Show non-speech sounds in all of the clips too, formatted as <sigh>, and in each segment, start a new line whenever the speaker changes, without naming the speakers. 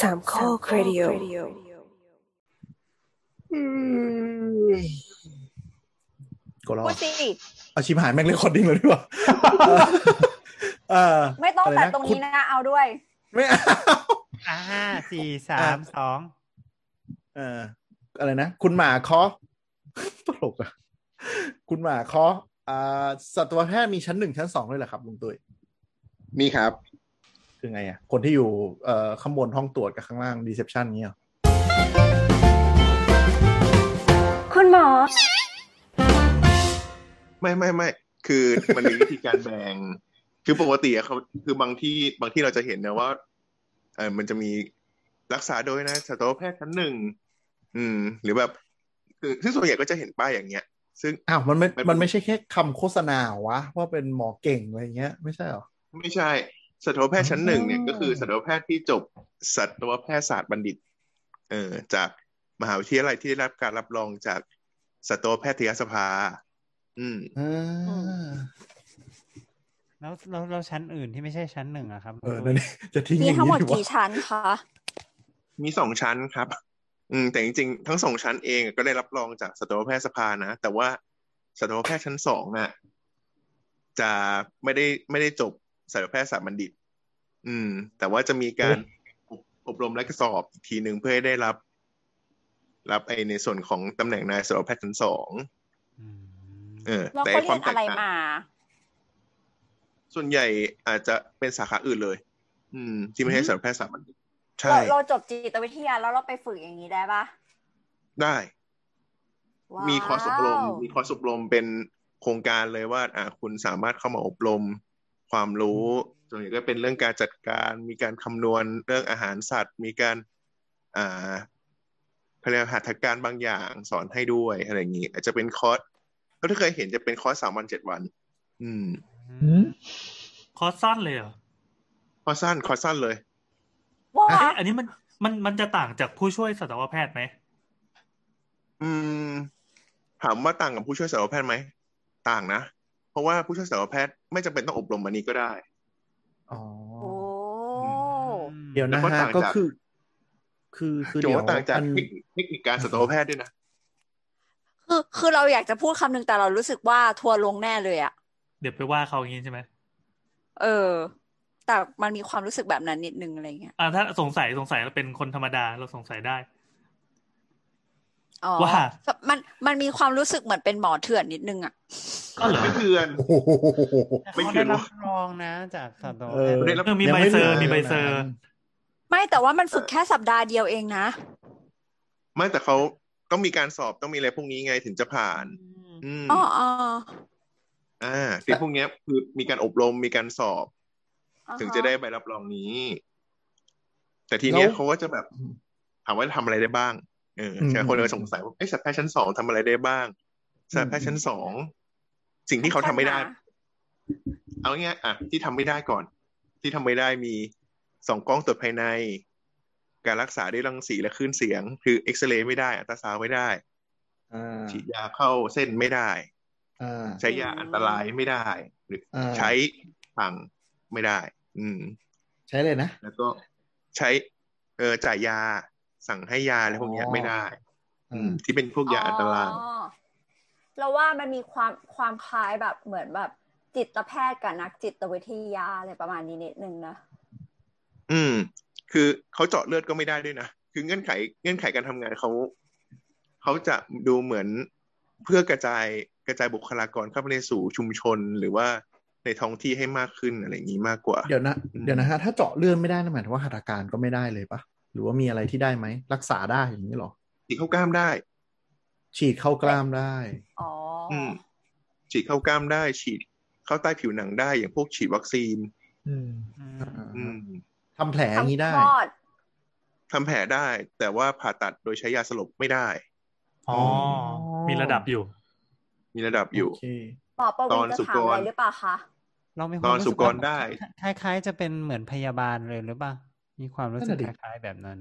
สามข้อครดิโอ
ก็รอ
พูดสิ
เอาชิมหายแม่งเล่นคอร์ดดิ้งเลยดีกว่าเออ
ไม่ต้อง
อะไรนะ
แต่ตรงนี้นะเอาด้วย
ไม่เอา
อ่าห้าสี่สามสอง
เอออะไรนะ คุณหมาเคาะตลกอะคุณหมาเคาะอ่าสัตวแพทย์มีชั้นหนึ่งชั้นสองเลยเหรอครับลุงตุ้ย
มีครับ
คือไงอะคนที่อยู่เอ่อข้างบนห้องตรวจกับข้างล่างดีเซพชันเงี้ยเหรอ
คุณหมอ
ไม่ไม่ไม่คือมันมีวิธีการแบ่ง <laughs> คือปกติอะเขาคือบางที่บางที่เราจะเห็นนะว่าเออมันจะมีรักษาโดยนะสัตวแพทย์ชั้นหนึ่งอืม หรือแบบคือซึ่งส่วนใหญ่ก็จะเห็นป้ายอย่างเงี้ย ซึ่ง
อ้าวมันไม่
มัน
มันไม่ใช่แค่คำโฆษณาเหรอวะว่าเป็นหมอเก่งอะไรเงี้ย ไม่ใช่เหรอ
ไม่ใช่สัตวแพทย์ชั้นหนึ่งเนี่ย
อ๋อ
ก็คือสัตวแพทย์ที่จบสัตวแพทยศาสตร์บัณฑิต เออจากมหาวิทยาลัยที่ได้รับการรับรองจากสัตวแพทยสภา อืม
อ่า
แล้วแล้วแล้วชั้นอื่นที่ไม่ใช่ชั้นหนึ่งอะครับ
เออนั่นนี่จะทิ้ง
มี
อย่าง
ทั้งหม
นี้
ด
ดีวะ
กี่ชั้นคะ
มีสองชั้นครับ อืม แต่จริงๆ ทั้งสองชั้นเองก็ได้รับรองจากสัตวแพทยสภานะ แต่ว่าสัตวแพทย์ชั้นสองน่ะ จะไม่ได้ไม่ได้จบสัตวแพทยศาสตร์บัณฑิต อืม แต่ว่าจะมีการอบอบรมและสอบอีกทีหนึ่งเพื่อให้ได้รับ รับไอในส่วนของตำแหน่งนายสัตวแพทย์ชั้นสอง
อืม
เออ
แล้ว
แต่
เขา
ค
เรีน
วาย มแต
อะ
ก
ไร
ต่าง
มา
ส่วนใหญ่อาจจะเป็นสาขาอื่นเลย อืม ที่ไม่ใช่สัตวแพทยศาสตร์บัณฑิต ใช่
เราเราจบจิตวิทยาแล้วเราไปฝึกอย่างนี้ได้ปะ
ได้
ว้าว
มีคอร์สอบรม มีคอร์สอบรมเป็นโครงการเลยว่า อ่า คุณสามารถเข้ามาอบรม ความรู้ส่วนใหญ่ก็เป็นเรื่องการจัดการ มีการคำนวณเรื่องอาหารสัตว์ มีการ อ่าเขาเรียกว่าหัตถการบางอย่างสอนให้ด้วยอะไรอย่างนี้ อาจจะเป็นคอร์สก็ถ้าเคยเห็นจะเป็นคอร์สสามวันเจ็ดวัน อืม
คอร์สสั้นเลยเหรอ
คอร์สสั้นคอร์สสั้นเลย
ว้า
เอ้ยว อันนี้มันมันมันจะต่างจากผู้ช่วยสัตวแพทย์ไหม
อืม ถามว่าต่างกับผู้ช่วยสัตวแพทย์ไหม ต่างนะ เพราะว่าผู้ช่วยสัตวแพทย์ไม่จำเป็นต้องอบรมอันนี้ก็ได้
อ๋อ
โอ้
เดี๋ยวนะฮะ
แล้วก็ต่างจาก
ก็คือ คือคือ
โจ
เดี๋ยว
ว่าต่างจาก
อัน
เทคนิคเทคนิคการสัตวแพทย์ด้วยนะ
คือคือเราอยากจะพูดคำหนึ่งแต่เรารู้สึกว่าทัวร์ลงแน่เลยอะ
เดี๋ยวไปว่าเขาอย่างนี้ใช่ไหม
เออ แต่มันมีความรู้สึกแบบนั้นนิดนึงอะไรเงี้ย
อ่าถ้าสงสัยสงสัยเราเป็นคนธรรมดาเราสงสัยได้
อ๋อ
ว่า
มันมันมีความรู้สึกเหมือนเป็นหมอเถื่อนนิดนึงอะ
ก็เหรอ
ไม่เถื่อน
โอ้โห
แต่
ไม่
เขา
เกี่
ได้
ยว
รับรองนะจากสัตวแพทย์
ได้รับ
เออมีใบเซอร์มีใบเซอร์
ไม่แต่ว่ามันฝึกแค่สัปดาห์เดียวเองนะ
ไม่แต่เขาต้องมีการสอบต้องมีอะไรพวกนี้ไงถึงจะผ่าน อืม
อ๋ออ๋อ
อ่าสิ่งพวกเนี้ยคือมีการอบรมมีการสอบ
อ่าฮ
ถึงจะได้ใบรับรองนี้ แต่ทีเนี้ยเขาก็จะแบบถามว่าทำอะไรได้บ้างเออใช่คนเลยสงสัยว่าไอ้สัตวแพทย์ชั้นสองทำอะไรได้บ้างสัตวแพทย์ชั้นสองสิ่งที่เขาทำไม่ได้ เอาง่ายๆอ่ะที่ทำไม่ได้ก่อน ที่ทำไม่ได้มีสองกล้องตรวจภายใน การรักษาด้วยรังสีและคลื่นเสียง คือเอ็กซเรย์ไม่ได้อัลตราซาวด์ไม่ได้
อ่า
ฉีดยาเข้าเส้นไม่ได้
อ่า
ใช้ยาอันตรายไม่ได้ หรือ
อ่า
ใช้ผังไม่ได้ อืม
ใช้เลยนะ
แล้วก็ใช้เออจ่ายยาสั่งให้ยาอะไรพวกเนี้ย
อ๋อ
ไม่ได้ อื
อืม
มที่เป็นพวกยาอันตราย
อ๋อเราว่ามันมีความความคล้ายแบบเหมือนแบบจิตแพทย์กับนักจิตวิทยาอะไรประมาณนี้นิดนึงนะ
อืม คือเขาเจาะเลือดก็ไม่ได้ด้วยนะ คือเงื่อนไขเงื่อนไขการทำงานเขาเขาจะดูเหมือนเพื่อกระจายกระจายบุคลากรเข้าไปในสู่ชุมชนหรือว่าในท้องที่ให้มากขึ้นอะไรอย่างนี้มากกว่า
เดี๋ยวนะ เดี๋ยวนะฮะ ถ้าเจาะเลือดไม่ได้นั่นหมายถึงว่าหัตถการก็ไม่ได้เลยปะหรือว่ามีอะไรที่ได้ไหม รักษาได้อย่างนี้เหรอ
ฉีดเข้ากล้ามได้
ฉีดเข้ากล้ามได้
อ๋ออ
อืม ฉีดเข้ากล้ามได้ ฉีดเข้าใต้ผิวหนังได้ อย่างพวกฉีดวัคซีน
อืม
อืม
อ่า
อืม
ทำแผลอย่างนี้ได้
ทำคลอด
ทำแผลได้ แต่ว่าผ่าตัดโดยใช้ยาสลบไม่ได้
อ๋อ มีระดับอยู่
มีระดับอยู่
โเค
หมอประวิน
ตอน
จะ
สุ
ถาม
ก
อะ
ร
ไรหรือเปล่าคะ
เราไม่
นอนสุกรได้
คล้ายๆ จะเป็นเหมือนพยาบาลเลยหรือเปล่ามีความรู้สึ
นั่น
ก
น่ะดิ
คล้ายๆแบบนั้น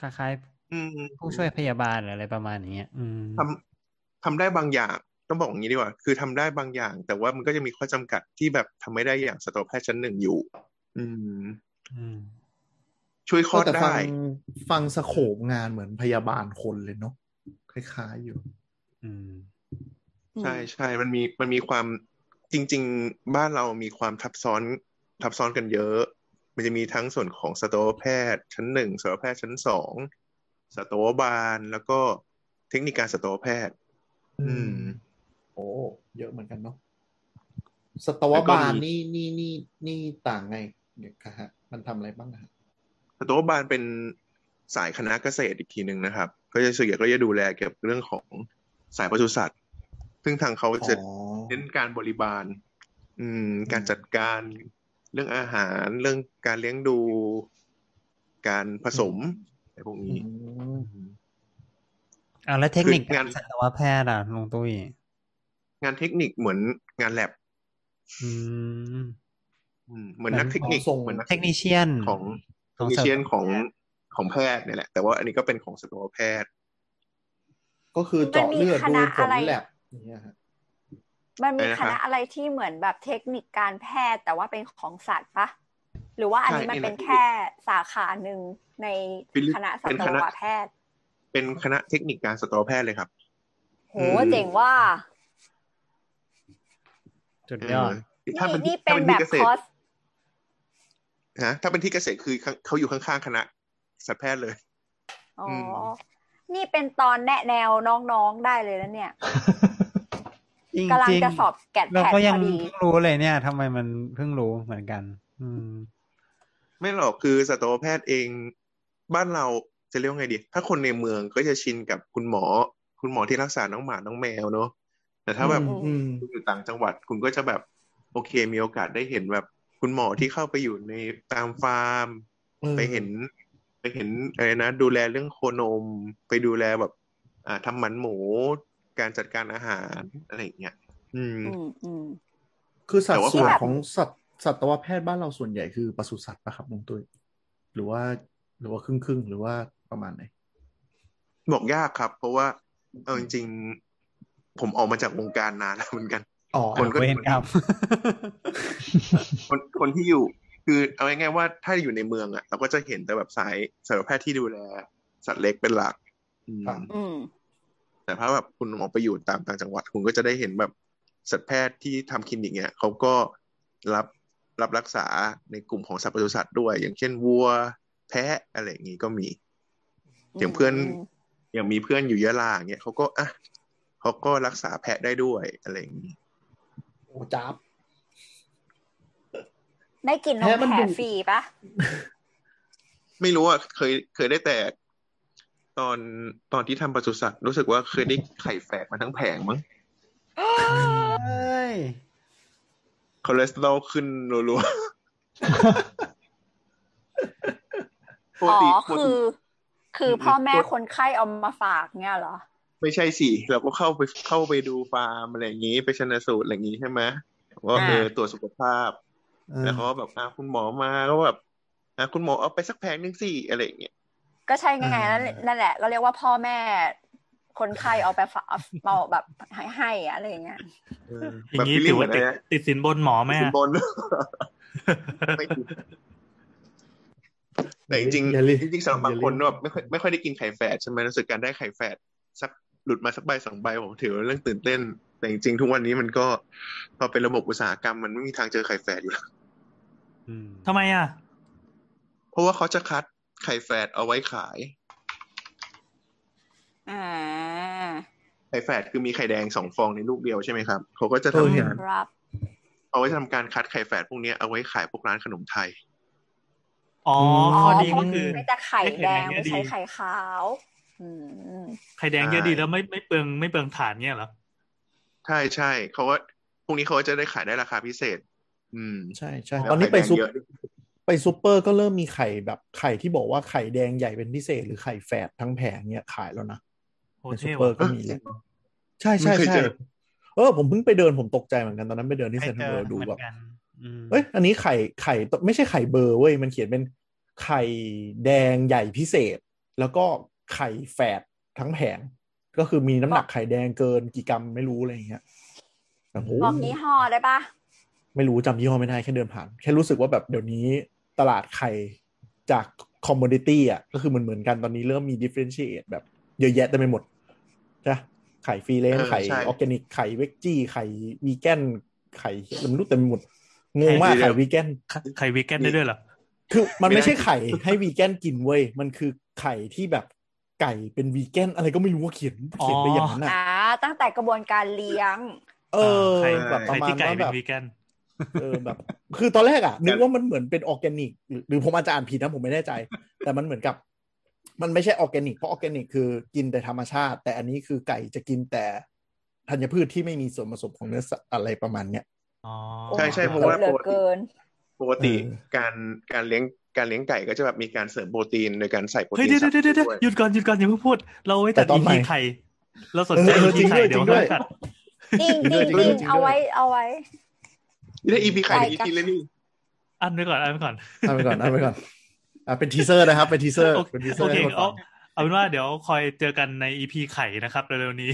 คล้าย
อืม
ๆผู้ช่วยพยาบาลหรืออะไรประมาณอย่างเงี้ยอืม
ทำทำได้บางอย่าง ต้องบอกอย่างนี้ดีกว่า คือทำได้บางอย่าง แต่ว่ามันก็จะมีข้อจำกัดที่แบบทำไม่ได้อย่างสัตวแพทย์ชั้นหนึ่งอยู่ อืม
อืม
ช่วยคลอด
แต่ฟั
ได้
งฟังสโขบงานเหมือนพยาบาลคนเลยเนาะคล้ายๆอยู่
อืม
ใช่ใช่ มันมี มันมีความจริง ๆ บ้านเรามีความทับซ้อนทับซ้อนกันเยอะ มันจะมีทั้งส่วนของสัตวแพทย์ ชั้นหนึ่งสัตวแพทย์ชั้นสองสัตวบาลแล้วก็เทคนิคการสัตวแพทย์ อืม
โอ้เยอะเหมือนกันเนาะสตวบาล
แล้วก็มี
นี่นี่นี่นี่ต่างไงเนี่ยครับฮะมันทำอะไรบ้างฮะ
สัตวบาลเป็นสายคณะเกษตรอีกทีหนึ่งนะครับ ก็จะส่วนใหญ่ก็จะดูแลเกี่ยวกับเรื่องของสายปศุสัตว์ ซึ่งทางเขา
อ๋
จะ
อ
เน้นการบริบาล อืม การ
อืม
จัดการเรื่องอาหาร เรื่องการเลี้ยงดู การผสมอะไรพวก
อื
นี้
ม
อ่าแล้วเทคนิค
คืองาน
สัตวแพทย์อ่ะลุงตุ้ย
งานเทคนิคเหมือนงานแลบ
อืม
อืมเหมือนนักเทคนิคเหมือนนัก
เทคนิเชียน
ของ
ของ
เทคนิเชียนของของแพทย์เนี่ยแหละ แต่ว่าอันนี้ก็เป็นของสัตวแพทย์
ก็คือเจาะเลือด
มันมีค
ดูผ
ณะอะ
ล
ไร
แลบอย่างเงี้ยฮะ
มันมี
อะไรนะ
คณะอะไรที่เหมือนแบบเทคนิคการแพทย์แต่ว่าเป็นของสัตว์ปะหรือว่าอันนี้
ใช่
มันเป็น
นี่แหละ
แค่สาขาหนึ่งใน
เป็น
คณะสั
เป็น
ตว
คณะ
แพทย์
เป็นคณะเทคนิคการสัตวแพทย์เลยครับ
โห
อืม
เจ๋งว่า
จุด
เอย
อ
อ
ด
ถ้า
นี่
เป็น
นี่เป็แบบ
ถ้าน เป็นที่เกษ
ค
ตร
อร์ส
นะถ้าเป็นที่เกษตรคือเขาเขาอยู่ข้างๆคณะสัตวแพทย์เลย
อ๋ออ
ม
นี่เป็นตอนแนะแนวน้องๆได้เลยนะเนี่ย
จริง
กำลัง
จริง
จะสอบแกด
เรา
แพท
ก็ยั
พ
ง
อดี
เพิ่งรู้เลยเนี่ยทำไมมันเพิ่งรู้เหมือนกัน อืม
ไม่หรอกคือสัตวแพทย์เองบ้านเราจะเรียกว่าไงดี ถ้าคนในเมืองก็จะชินกับคุณหมอ คุณหมอที่รักษาน้องหมาน้องแมวเนอะแต่ถ้าแบบ
อืมอืม
คุณอยู่ต่างจังหวัดคุณก็จะแบบโอเคมีโอกาสได้เห็นแบบ คุณหมอที่เข้าไปอยู่ในตามฟาร์ม
เออ
ไปเห็น ไปเห็นอะไรนะดูแลเรื่องโคนม ไปดูแลแบบ อ่าทำหมันหมูการจัดการอาหารอะไรอย่างเงี้ยอืม
อืมอืม
คือสัด
แต่ว่า
ส่วน
แบบ
ของสัตว์สัตวแพทย์บ้านเราส่วนใหญ่คือปศุสัตว์ปะครับลุงตุ้ยหรือว่า หรือว่าครึ่งครึ่งๆหรือว่าประมาณไหน
บอกยากครับ เพราะว่าเอาจริงๆผมออกมาจากวงการนานแล้วเหมือนกัน
อ๋อ
คนก็
เวนกรรม
คนคนที่อยู่ คือเอาง่ายๆว่าถ้าอยู่ในเมืองอ่ะเราก็จะเห็นแต่แบบสายสัตวแพทย์ที่ดูแล สัตว์เล็กเป็นหลักอืม
ครับ
อืม
แต่ถ้าแบบคุณออกไปอยู่ตามต่างจังหวัด คุณก็จะได้เห็นแบบสัตวแพทย์ที่ทำคลินิกเนี่ยเขาก็รับรับรักษาในกลุ่มของสัตว์ปศุสัตว์ด้วย อย่างเช่นวัว แพะอะไรอย่างนี้ก็มี อย่างเพื่อน
ม
อย่างมีเพื่อนอยู่ยะลาอย่างเนี่ยเขาก็อ่ะเขาก็รักษาแพะได้ด้วยอะไรอย่างนี้
โอ้จ้าบ
ได้กินนม
แพ้มัน
แผล
ดุ
ฟรีปะ
ไม่รู้อ่ะเคยเคยได้แต่ ตอนตอนที่ทำปศุสัตว์รู้สึกว่าเคยได้ไข่แฝดมาทั้งแผงมั้ง
เฮ้ย
คอเลสเตอรอลขึ้นรัวๆปก
อ๋อ
ติ
คือ คือพ่อแม่คนไข้เอามาฝากเนี่ยเหรอ
ไม่ใช่สิเราก็เข้าไปเข้าไปดูฟาร์มอะไรอย่างนี้ ไปชนะสูตรอะไรอย่างนี้ใช่ไหมว่า
อ่า
เออตรวจสุขภาพ
เออ
แล้วเขาก็แบบอ่ะคุณหมอมาก็แบบอ่ะคุณหมอเอาไปสักแพงหนึงสิอะไรอย่างเงี้ย
ก็ใช่ไงนั่นแหละนั่นแหละ เราเรียกว่าพ่อแม่ คนไข้เอาไปฝากเอามาแบบให้ให้อะไรอย่างเงี้ย
เออ
อ
แบ
ย่า
บ
งนี้
ฟีลลิ่
ถื
ง
อ
เหมื
ว่า
อน
ติด
อะไรนะ
ติดสินบนหมอแม่
สินบน <laughs> ไม่ติดแต่จริง
อย่าเรียก
ๆจริงๆสำหรับบางคน
อย่เรียก
แบบไม่ค่อยไม่ค่อยได้กินไข่แฝดใช่ไหมรู้สึกการได้ไข่แฝดสักหลุดมาสักใบสองใบผมถือว่าเรื่องตื่นเต้น แต่จริงๆทุกวันนี้มันก็พอเป็นระบบอุตสาหกรรมมันไม่มีทางเจอไข่แฝดอยู่แล้ว
อืม
ทำไมอ่ะ
เพราะว่าเขาจะคัดไข่แฝดเอาไว้ขาย
อ่า
ไข่แฝดคือมีไข่แดงสองฟองในลูกเดียวใช่ไหมครับเขาก็จะ
เออ
ทำ
เห็น
งาน
ครับ
เอาไว้ทำการคัดไข่แฝดพวกเนี้ยเอาไว้ขายพวกร้านขนมไทย
อ๋ออ
อ
ข้อดีก็คือ
ไม่แต่ไข่แดง
ไม่
ไม่
ใช่
ใช้
ไข่แดง
ไข่ขาว อืม
ไข่แดงเยอะ
ใช่
ดีแล้วไม่ไม่เปลืองไม่เปลืองฐานเนี่ยเหรอ
ใช่ใช่เขาว่าพวกนี้เขาจะได้ขายได้ราคาพิเศษ อืม
ใช่ใช่
แล้ว
ตอนนี้ไป
ไข่แดง
ซุป
เยอะ
ไปซุปเปอร์ก็เริ่มมีไข่แบบไข่ที่บอกว่าไข่แดงใหญ่เป็นพิเศษหรือไข่แฝดทั้งแผงเนี่ยขายแล้วนะ
โฮ
ใน
เท
ซู
ล
เปอร์ก็มีแหละใช่ใช่
ไม่เคย
ใช่
เจอ
เออผมเพิ่งไปเดินผมตกใจเหมือนกันตอนนั้นไปเดินที่
ไป
เซ็นท
เจ
รัล
อ
เวิลด์ดู
เหมือ
แบ
น
บ
กัน อืม
เอ้ยอันนี้ไข่ไข่ไม่ใช่ไข่เบอร์เว้ยมันเขียนเป็นไข่แดงใหญ่พิเศษ แล้วก็ไข่แฝดทั้งแผง ก็คือมีน้ำหนักไข่แดงเกินกี่กรัมไม่รู้อะไรอย่างเงี้ยโอ้โห
บอกยี่ห้อได้ปะ
ไม่รู้จำยี่ห้อไม่ได้แค่เดินผ่าน แค่รู้สึกว่าแบบเดี๋ยวนี้ตลาดไข่จาก คอมมูนิตี้อ่ะ ก็คือเหมือนเหมือนๆกันตอนนี้เริ่มมี differentiate แบบเยอะแยะเต็มไปหมดจ้ะไข่ฟรีเลน
เออ
ไข่
ใช่
ออร์แกนิก ไข่เวกจี้ ไข่วีแกน ไข่อะไรไม่รู้เต็มไปหมด งงมาก
ไข่
ไข่
vegan
วีแกน
ไข่วีแกนได้ด้วยเหรอ
คือมัน
ไม่
ไม่
ได้
ใช่ไข่ให้วีแกนกินเว้ย มันคือไข่ที่แบบไก่เป็นวีแกนอะไรก็ไม่รู้ว่าเขียนเขียนไปอย่างนั้นอ่ะ
อ่าตั้งแต่กระบวนการเลี้ยง
เออ
ไข่
แบบประ
ไข่
มาณ
ที่ไก่
ว่า
เป็
แบ
น
บ
วีแกน
เออแบบคือตอนแรกอ่ะนึกว่ามันเหมือนเป็นออร์แกนิกหรือหรือผมอาจจะอ่านผิดนะผมไม่แน่ใจ แต่มันเหมือนกับ มันไม่ใช่ออร์แกนิกเพราะออร์แกนิกคือกินแต่ธรรมชาติ แต่อันนี้คือไก่จะกินแต่ธัญพืชที่ไม่มีส่วนผสมของเนื้อสัตว์อะไรประมาณเนี้ย
อ๋อ
โอ้
ใช่ใช่
โห
เพราะว่า
เหลื
ป
อก
ติ
เกิน
ปกติ
เออ
การการเลี้ยงการเลี้ยงไก่ก็จะแบบมีการเสริมโปรตีนโดยการใส่โปร
เฮ้ย
ตีน
เดี๋ยว
สัตว์
เดี๋ยวเดี๋ยว
ด้วย
หยุดก่อนหยุดก่อนอย่าเพิ่งพูด เราไว้ตัด
แต่ตอน
อี
ใหม่
พีไข่เราสนใจ
เออ
อีพีไข่
จริ
เดี๋ย
ง
ว
ด้
ค่
วย
อยตัด
จริงจริงจ
ด้วย
ริ
จริ
ง
งด้วย
เอาไว้เอาไว้
นี่ได้อีพีไข่
ไก่
ในอี
กับ
พีแล้วนี่
อันไว้ก่อนอันไว้ก่อน
เอาไปก่อนเอาไปก่อนอ่ะเป็นทีเซอร์นะครับ เป็นทีเซอร์
โอเค
เป็นทีเซอ
โอ
ร์
เค
ให้หมดก่
เอา
อน
เอาเป็นว่าเดี๋ยวคอยเจอกันในอีพีไข่นะครับเร็วๆนี้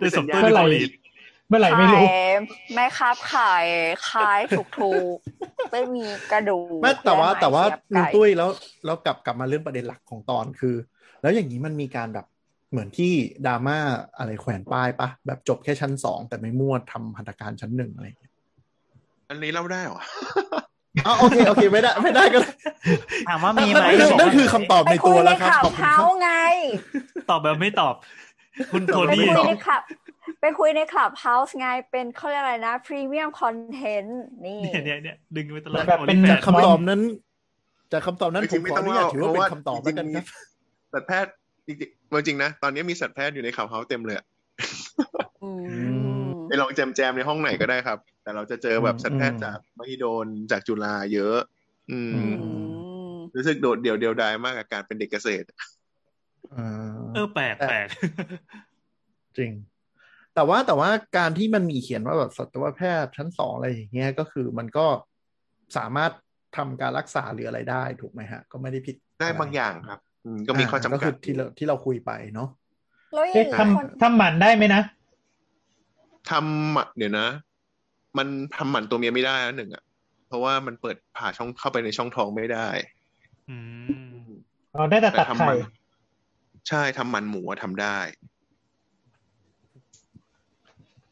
โดยสมต้น
เมื่อไหร่
เกาหลี
เมื่อไหร่ไม่
ขาย
รู้
แม่ครับขายขายถูกถูกๆไม่มีกระดูก
ไม่แต่ว่า
และไม้
แต่ว่า
เสียบ
ลุง
ไก่
ตุ้ยแล้วแล้วกลับกลับมาเรื่องประเด็นหลักของตอนคือ แล้วอย่างนี้มันมีการแบบเหมือนที่ดราม่าอะไรแขวนป้ายปะแบบจบแค่ชั้นสองแต่ไม่มั่วทำหัตถการชั้นหนึ่งอะไรอย่างเงี้ย
อันนี้เล่าได้เหรอ
อ๋อโอเค โอเค ไม่ได้ ไม่ได้ก็ได้
ถามว่ามีไหม
นั่นคือนั่นคือคำตอบ
ไป
ใน
คุ
ตัวย
ใน
แล้วครับ
ข่าว
ขอบคุณค
เฮา
รับ
ไง
ตอบแบบไม่ตอบ คุณโท
ไป
นี่
คุยในคลับไปคุยในคลับเฮาส์ไงเป็นเขาเรียกอะไรนะพรีเมียมคอนเทนต์นี่
เนี่ยเนี่ยเนี่ยดึงไปตลอด
แบบเป็น
โอลิแฟ
จากคำตอบนั้น จากคำตอบนั้นผมขออนุญาตถือว่าเป็นคำตอบ
จ
แล้วกัน
ริง
ครับ
ๆสัตวแพทย์จริงๆเอาจริงนะ ตอนนี้มีสัตวแพทย์อยู่ในข่าวเฮาเต็มเลยอะ
อืม
ไปลองแจมๆในห้องไหนก็ได้ครับ แต่เราจะเจอแบบสัตวแพทย์จากมหิดลจากจุฬาเยอะ อืม
อืม
รู้สึกโดดเดี่ยวเดียวดายมากกับการเป็นเด็กเกษตร
อ่า
เออแปลกแปลก
จริง แต่ว่าแต่ว่าการที่มันมีเขียนว่าแบบสัตวแพทย์ชั้นสองอะไรอย่างเงี้ยก็คือมันก็สามารถทำการรักษาหรืออะไรได้ถูกไหมฮะ ก็ไม่ได้ผิด
ได้บางอย่างครับ อืมก็มีข้อจำ
ก็
กั
คื
ด
อที่เราที่เราคุยไปเนาะ
แล้วอย่า
เอ๊ะ
งนี้
ท
คน
ำทำหมันได้ไหมนะ
ทำหมันเดี๋ยวนะ มันทำหมันตัวเมียไม่ได้นะหนึ่งอ่ะ เพราะว่ามันเปิดผ่าช่องเข้าไปในช่องท้องไม่ได้
ๆอืม
เราได้แต่
แต่
ตัด
ทำห
ไข่
มันใช่ทำหมันหมูอะทำได้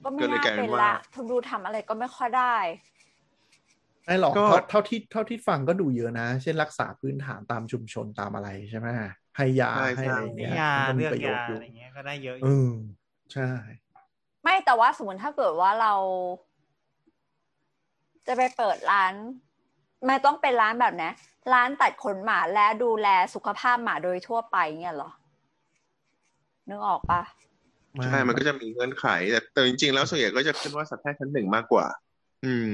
ก็ไม่
ก็เลย
น่าก
ลายเป็
เป็น น
ว่า
ละทุกดูทำอะไรก็ไม่ค่อยได้
ไม่หรอก
ก็
เท่าเท่าที่เท่าที่ฟังก็ดูเยอะนะ เช่นรักษาพื้นฐานตามชุมชนตามอะไรใช่ไหมให้ยาให้อะไรอย่างเงี้ย
ยา
มันก็มีป
เลือก
ระโยช
ยา
น์อ
อะ
ยู่
ไรเงี้ยก็ได้เยอะอ
เอยู่ อใช่
ไม่แต่ว่าสมมติถ้าเกิดว่าเรา จะไปเปิดร้านไม่ต้องเป็นร้านแบบนะร้านตัดขนหมาและดูแลสุขภาพหมาโดยทั่วไปเนี่ยเหรอนึกออกปะ
ใช่ มันก็จะมีเงื่อนไข แต่แต่จริงๆ แล้วส่วนใหญ่ก็จะเป็นว่าสัตวแพทย์ชั้นหนึ่งมากกว่า อืม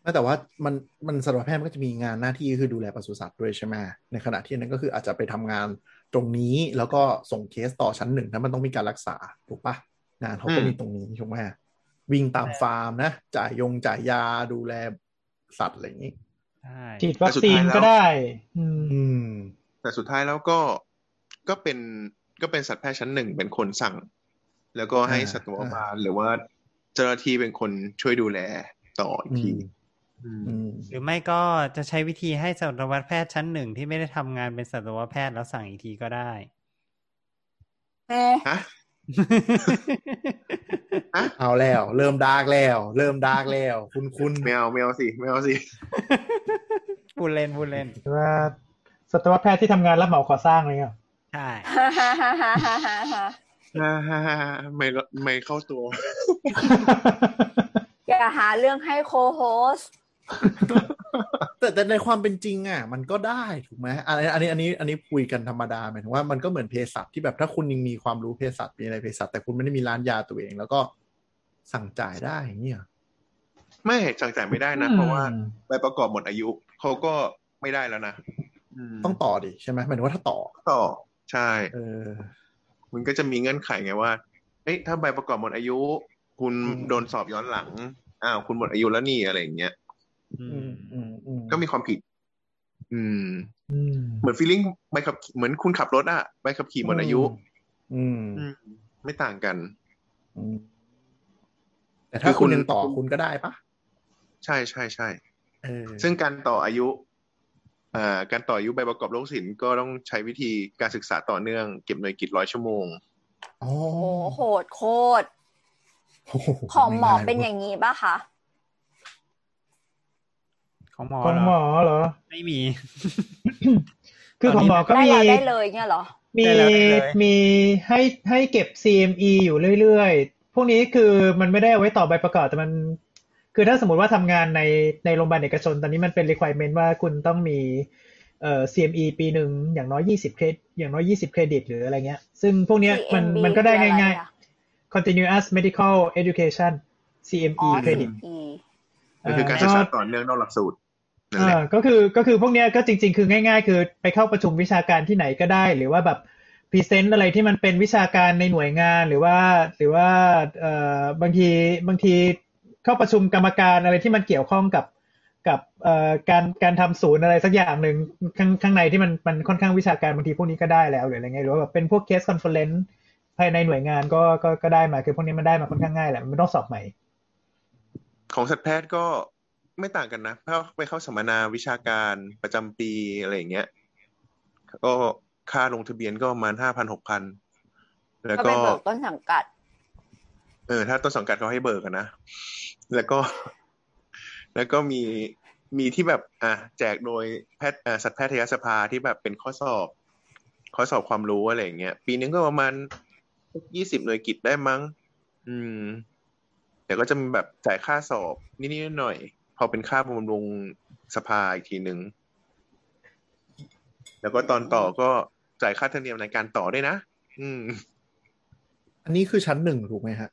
ไม่แต่ว่ามันมันสัตวแพทย์มันก็จะมีงานหน้าที่คือดูแลปศุสัตว์ด้วยใช่ไหมในขณะที่อันนั้นก็คืออาจจะไปทำงานตรงนี้แล้วก็ส่งเคสต่อชั้นหนึ่งถ้ามันต้องมีการรักษาถูกปะงานเขาก็
อืม
มีตรงนี้ถูกไหมวิ่งตามฟาร์มนะ จ่ายยงจ่ายยาดูแลสัตว์อะไรอย่างนี้
ใช่
ฉีดวัคซีนก็ได้ อืม
อืม
แต่สุดท้ายแล้วก็ก็เป็นก็เป็นสัตวแพทย์ชั้นหนึ่งเป็นคนสั่ง แล้วก็ให้
อ่า
สัตวบาลหรือว่าเจ้าหน้าที่เป็นคนช่วยดูแลต่ออีก
อื
ที
มอืม
หรือไม่ก็จะใช้วิธีให้สัตวแพทย์ชั้นหนึ่งที่ไม่ได้ทำงานเป็นสัตวแพทย์แล้วสั่งอีกทีก็ได้
<laughs>
เอ๊ะ
ฮะฮะ
เอาแล้ว เริ่มดาร์กแล้ว เริ่มดาร์กแล้ว คุณคุณ
ไม่เอาไม่เอาสิไม่เอาสิ <laughs>
พูดเล่นพูดเล่น
หรือว่าสัตวแพทย์ที่ทำงานรับเหมาก่อสร้างอะไรเงี้ย
ใช่
ไม่ไม่เข้าตัว
อย่าหาเรื่องให้โคโฮส
แต่แต่ในความเป็นจริงอ่ะ มันก็ได้ถูกไหมอันนี้อันนี้อันนี้อันนี้คุยกันธรรมดาหมายถึงว่ามันก็เหมือนเภสัชที่แบบถ้าคุณยังมีความรู้เภสัชมีอะไรเภสัชแต่คุณไม่ได้มีร้านยาตัวเอง แล้วก็สั่งจ่ายได้อย่างเงี้ยเหรอ
ไม่สั่งจ่ายไม่ได้นะ เพราะว่าใบประกอบหมดอายุเขาก็ไม่ได้แล้วนะม
ต้องต่อดิใช่ไหมหมายถึงว่าถ้าต่อ
ต่อ ใช่
เออ
มันก็จะมีเงื่อนไขไงว่า เอ้ยถ้าใบประกอบหมดอายุ คุณ
อืม
โดนสอบย้อนหลัง อ้าว คุณหมดอายุแล้วนี่อะไรอย่างเงี้ย
อืมอืมอืม
ก็มีความผิด อืม
อืม
เหมือนฟีลลิ่งใบขับขี่เหมือนคุณขับรถอะใบขับขี่หมดอายุ
อืม
อืม ไม่ต่างกัน
อืมแต่ถ้าคุณยังต่อคุณก็ได้ปะ
ใช่ใช่ใช่
เออ
ซึ่งการต่ออายุ อ่าการต่ออายุใบประกอบโรคศิลป์ก็ต้องใช้วิธีการศึกษาต่อเนื่องเก็บหน่วยกิจร้อยชั่วโมง
อ๋อ
โอ้โหดโคตร
โโ
ของหมอ
ไ
เป็นอย่างนี้ป่ะคะ
ของหมอ
ของ
เหรอ
หมอเหรอ
ไม่มี
คือของหมอก็
ได้
มี
แล้วได้เลยเงี้ยเหรอ
มี
ได้แล้วได้เลย
มีให้ให้เก็บ CME อยู่เรื่อยๆ พวกนี้คือมันไม่ได้เอาไว้ต่อใบประกอบแต่มัน คือถ้าสมมติว่าทำงานในในโรงพยาบาลเอกชน ตอนนี้มันเป็น requirement ว่าคุณต้องมีเอ่อ CME ปีหนึ่งอย่างน้อย 20 เครดิตอย่างน้อย 20 เครดิต หรืออะไรเงี้ย ซึ่งพวกเนี้ยมัน
CMB
มันก็ได้
คืออะไร
ง่าย
อะ
ๆ continuous medical education
อ๋
CME
อ
เครดิต
CE
ก็คือการศึกษาต่อเนื่องนอกหลักสูตรนั่นแหละ
อ่าก็คือก็คือพวกเนี้ยก็จริง ๆ คือง่าย ๆ คือไปเข้าประชุมวิชาการที่ไหนก็ได้ หรือว่าแบบพรีเซนต์อะไรที่มันเป็นวิชาการในหน่วยงานหรือว่า หรือว่าเอ่อบางทีบางทีเข้าประชุมกรรมการอะไรที่มันเกี่ยวข้องกับกับเอ่อการการทำศูนย์อะไรสักอย่างหนึ่งข้างข้างในที่มันมันค่อนข้างวิชาการบางทีพวกนี้ก็ได้แล้วหรืออะไรเงี้ยหรือว่าแบบเป็นพวกเคสคอนเฟอเรนซ์ภายในหน่วยงานก็ก็ก็ได้มาคือพวกนี้มันได้มาค่อนข้างง่ายแหละมันไม่ต้องสอบใหม่
ของสัตวแพทย์ก็ไม่ต่างกันนะถ้าไปเข้าสัมมนาวิชาการประจำปีอะไรอย่างเงี้ย ก็ค่าลงทะเบียนก็ประมาณห้าพันหกพันแล้ว
ก็ไป
ก็
เบิกต้นสังกัด
เออถ้าต้นสังกัดเขาให้เบิกอะนะ แล้วก็ <laughs> แล้วก็มีมีที่แบบ อ่ะแจกโดยแพทย์อ่ะสัตวแพทยสภาที่แบบเป็นข้อสอบ ข้อสอบความรู้อะไรอย่างเงี้ยปีนึงก็ประมาณยี่สิบหน่วยกิจได้มั้ง อืม แต่ก็จะมีแบบจ่ายค่าสอบนิดๆหน่อยๆพอเป็นค่าบำรุงสภาอีกทีหนึ่งแล้วก็ตอนต่อก็จ่ายค่าธรรมเนียมในการต่อด้วยนะอืม
อันนี้คือชั้นหนึ่งถูกไหมฮะ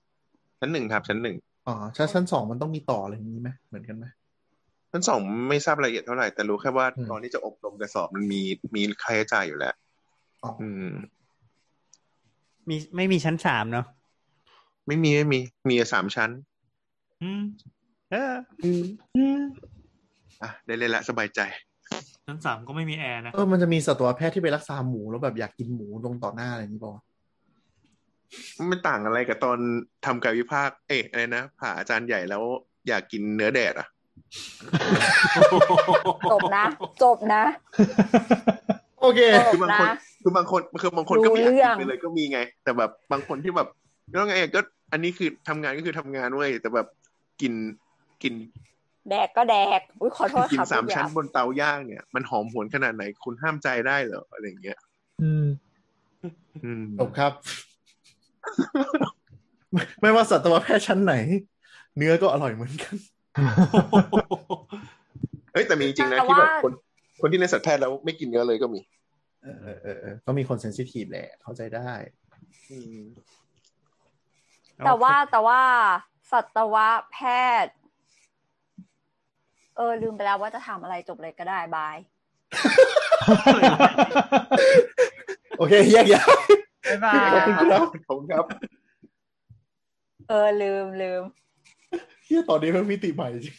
ชั้นหนึ่งครับ ชั้นหนึ่ง
อ๋อชั้นชั้นสองมันต้องมีต่ออะไรอย่างนี้ไหมเหมือนกันไหม
ชั้นสองไม่ทราบรายละเอียดเท่าไหร่ แต่รู้แค่ว่า
อืม
ตอนที่จะอบรมกับสอบมันมีมีค่าใช้จ่ายอยู่แล้ว
อ๋อ
อืม
มีไม่มีชั้นสามเนาะ
ไม่มีไม่มีมีสามชั้น
อืม
เออ
อ่ะได้เลยละสบายใจ
ชั้นสามก็ไม่มีแอร์นะ
เออมันจะมีสัตวแพทย์ที่ไปรักษาหมูแล้วแบบอยากกินหมูลงต่อหน้าอะไรอย่างนี้ป่าวะ
ไม่ต่างอะไรกับตอนทำกายวิภาค เอ๊ะอะไรนะผ่าอาจารย์ใหญ่แล้วอยากกินเนื้อแดดอ่ะ
จบนะ จบนะ
โอเค
จ
คื
บ
อบาง
นะ
คนคือบางคนคือบางคน
รู้
ก็ไม่อยาก
เรื่อง
กินไปเลยก็มีไง แต่แบบบางคนที่แบบก็ไงก็ อันนี้คือทำงานก็คือทำงานเว้ยแต่แบบกินกิน
แดกก็แดก อุ้ยขอโทษ
กิน
ค่ะ
สาม
พูดหย
ชั้น
บบ
นเตาย่างเนี่ยมันหอมหวนขนาดไหนคุณห้ามใจได้เหรออะไรอย่างเงี้ย
อืม
อืม
จบครับ <laughs> ไม่ไม่ว่าสัตวแพทย์ชั้นไหน เนื้อก็อร่อยเหมือนกัน
เอ้ยแต่มีจริงๆนะ
แต่
ที่
ว่า
แบบคนคนที่เรียนสัตวแพทย์แล้วไม่กินเนื้อเลยก็มี
เออเออเออเออก็มีคนเซนซิทีฟแหละ เข้าใจได้
แต่ว่า
โอ
แต่ว่าสัตวแพทย์ เออ ลืมไปแล้วว่าจะถามอะไรจบเลยก็ได้บาย
โอเคแยกย้าย
เคบ๊ายบาย
ขอบคุณครับ
ขอบ <laughs> คุณครับ
เออลืมลืม
เฮียตอนนี้เพิ่งมิติใหม่จริง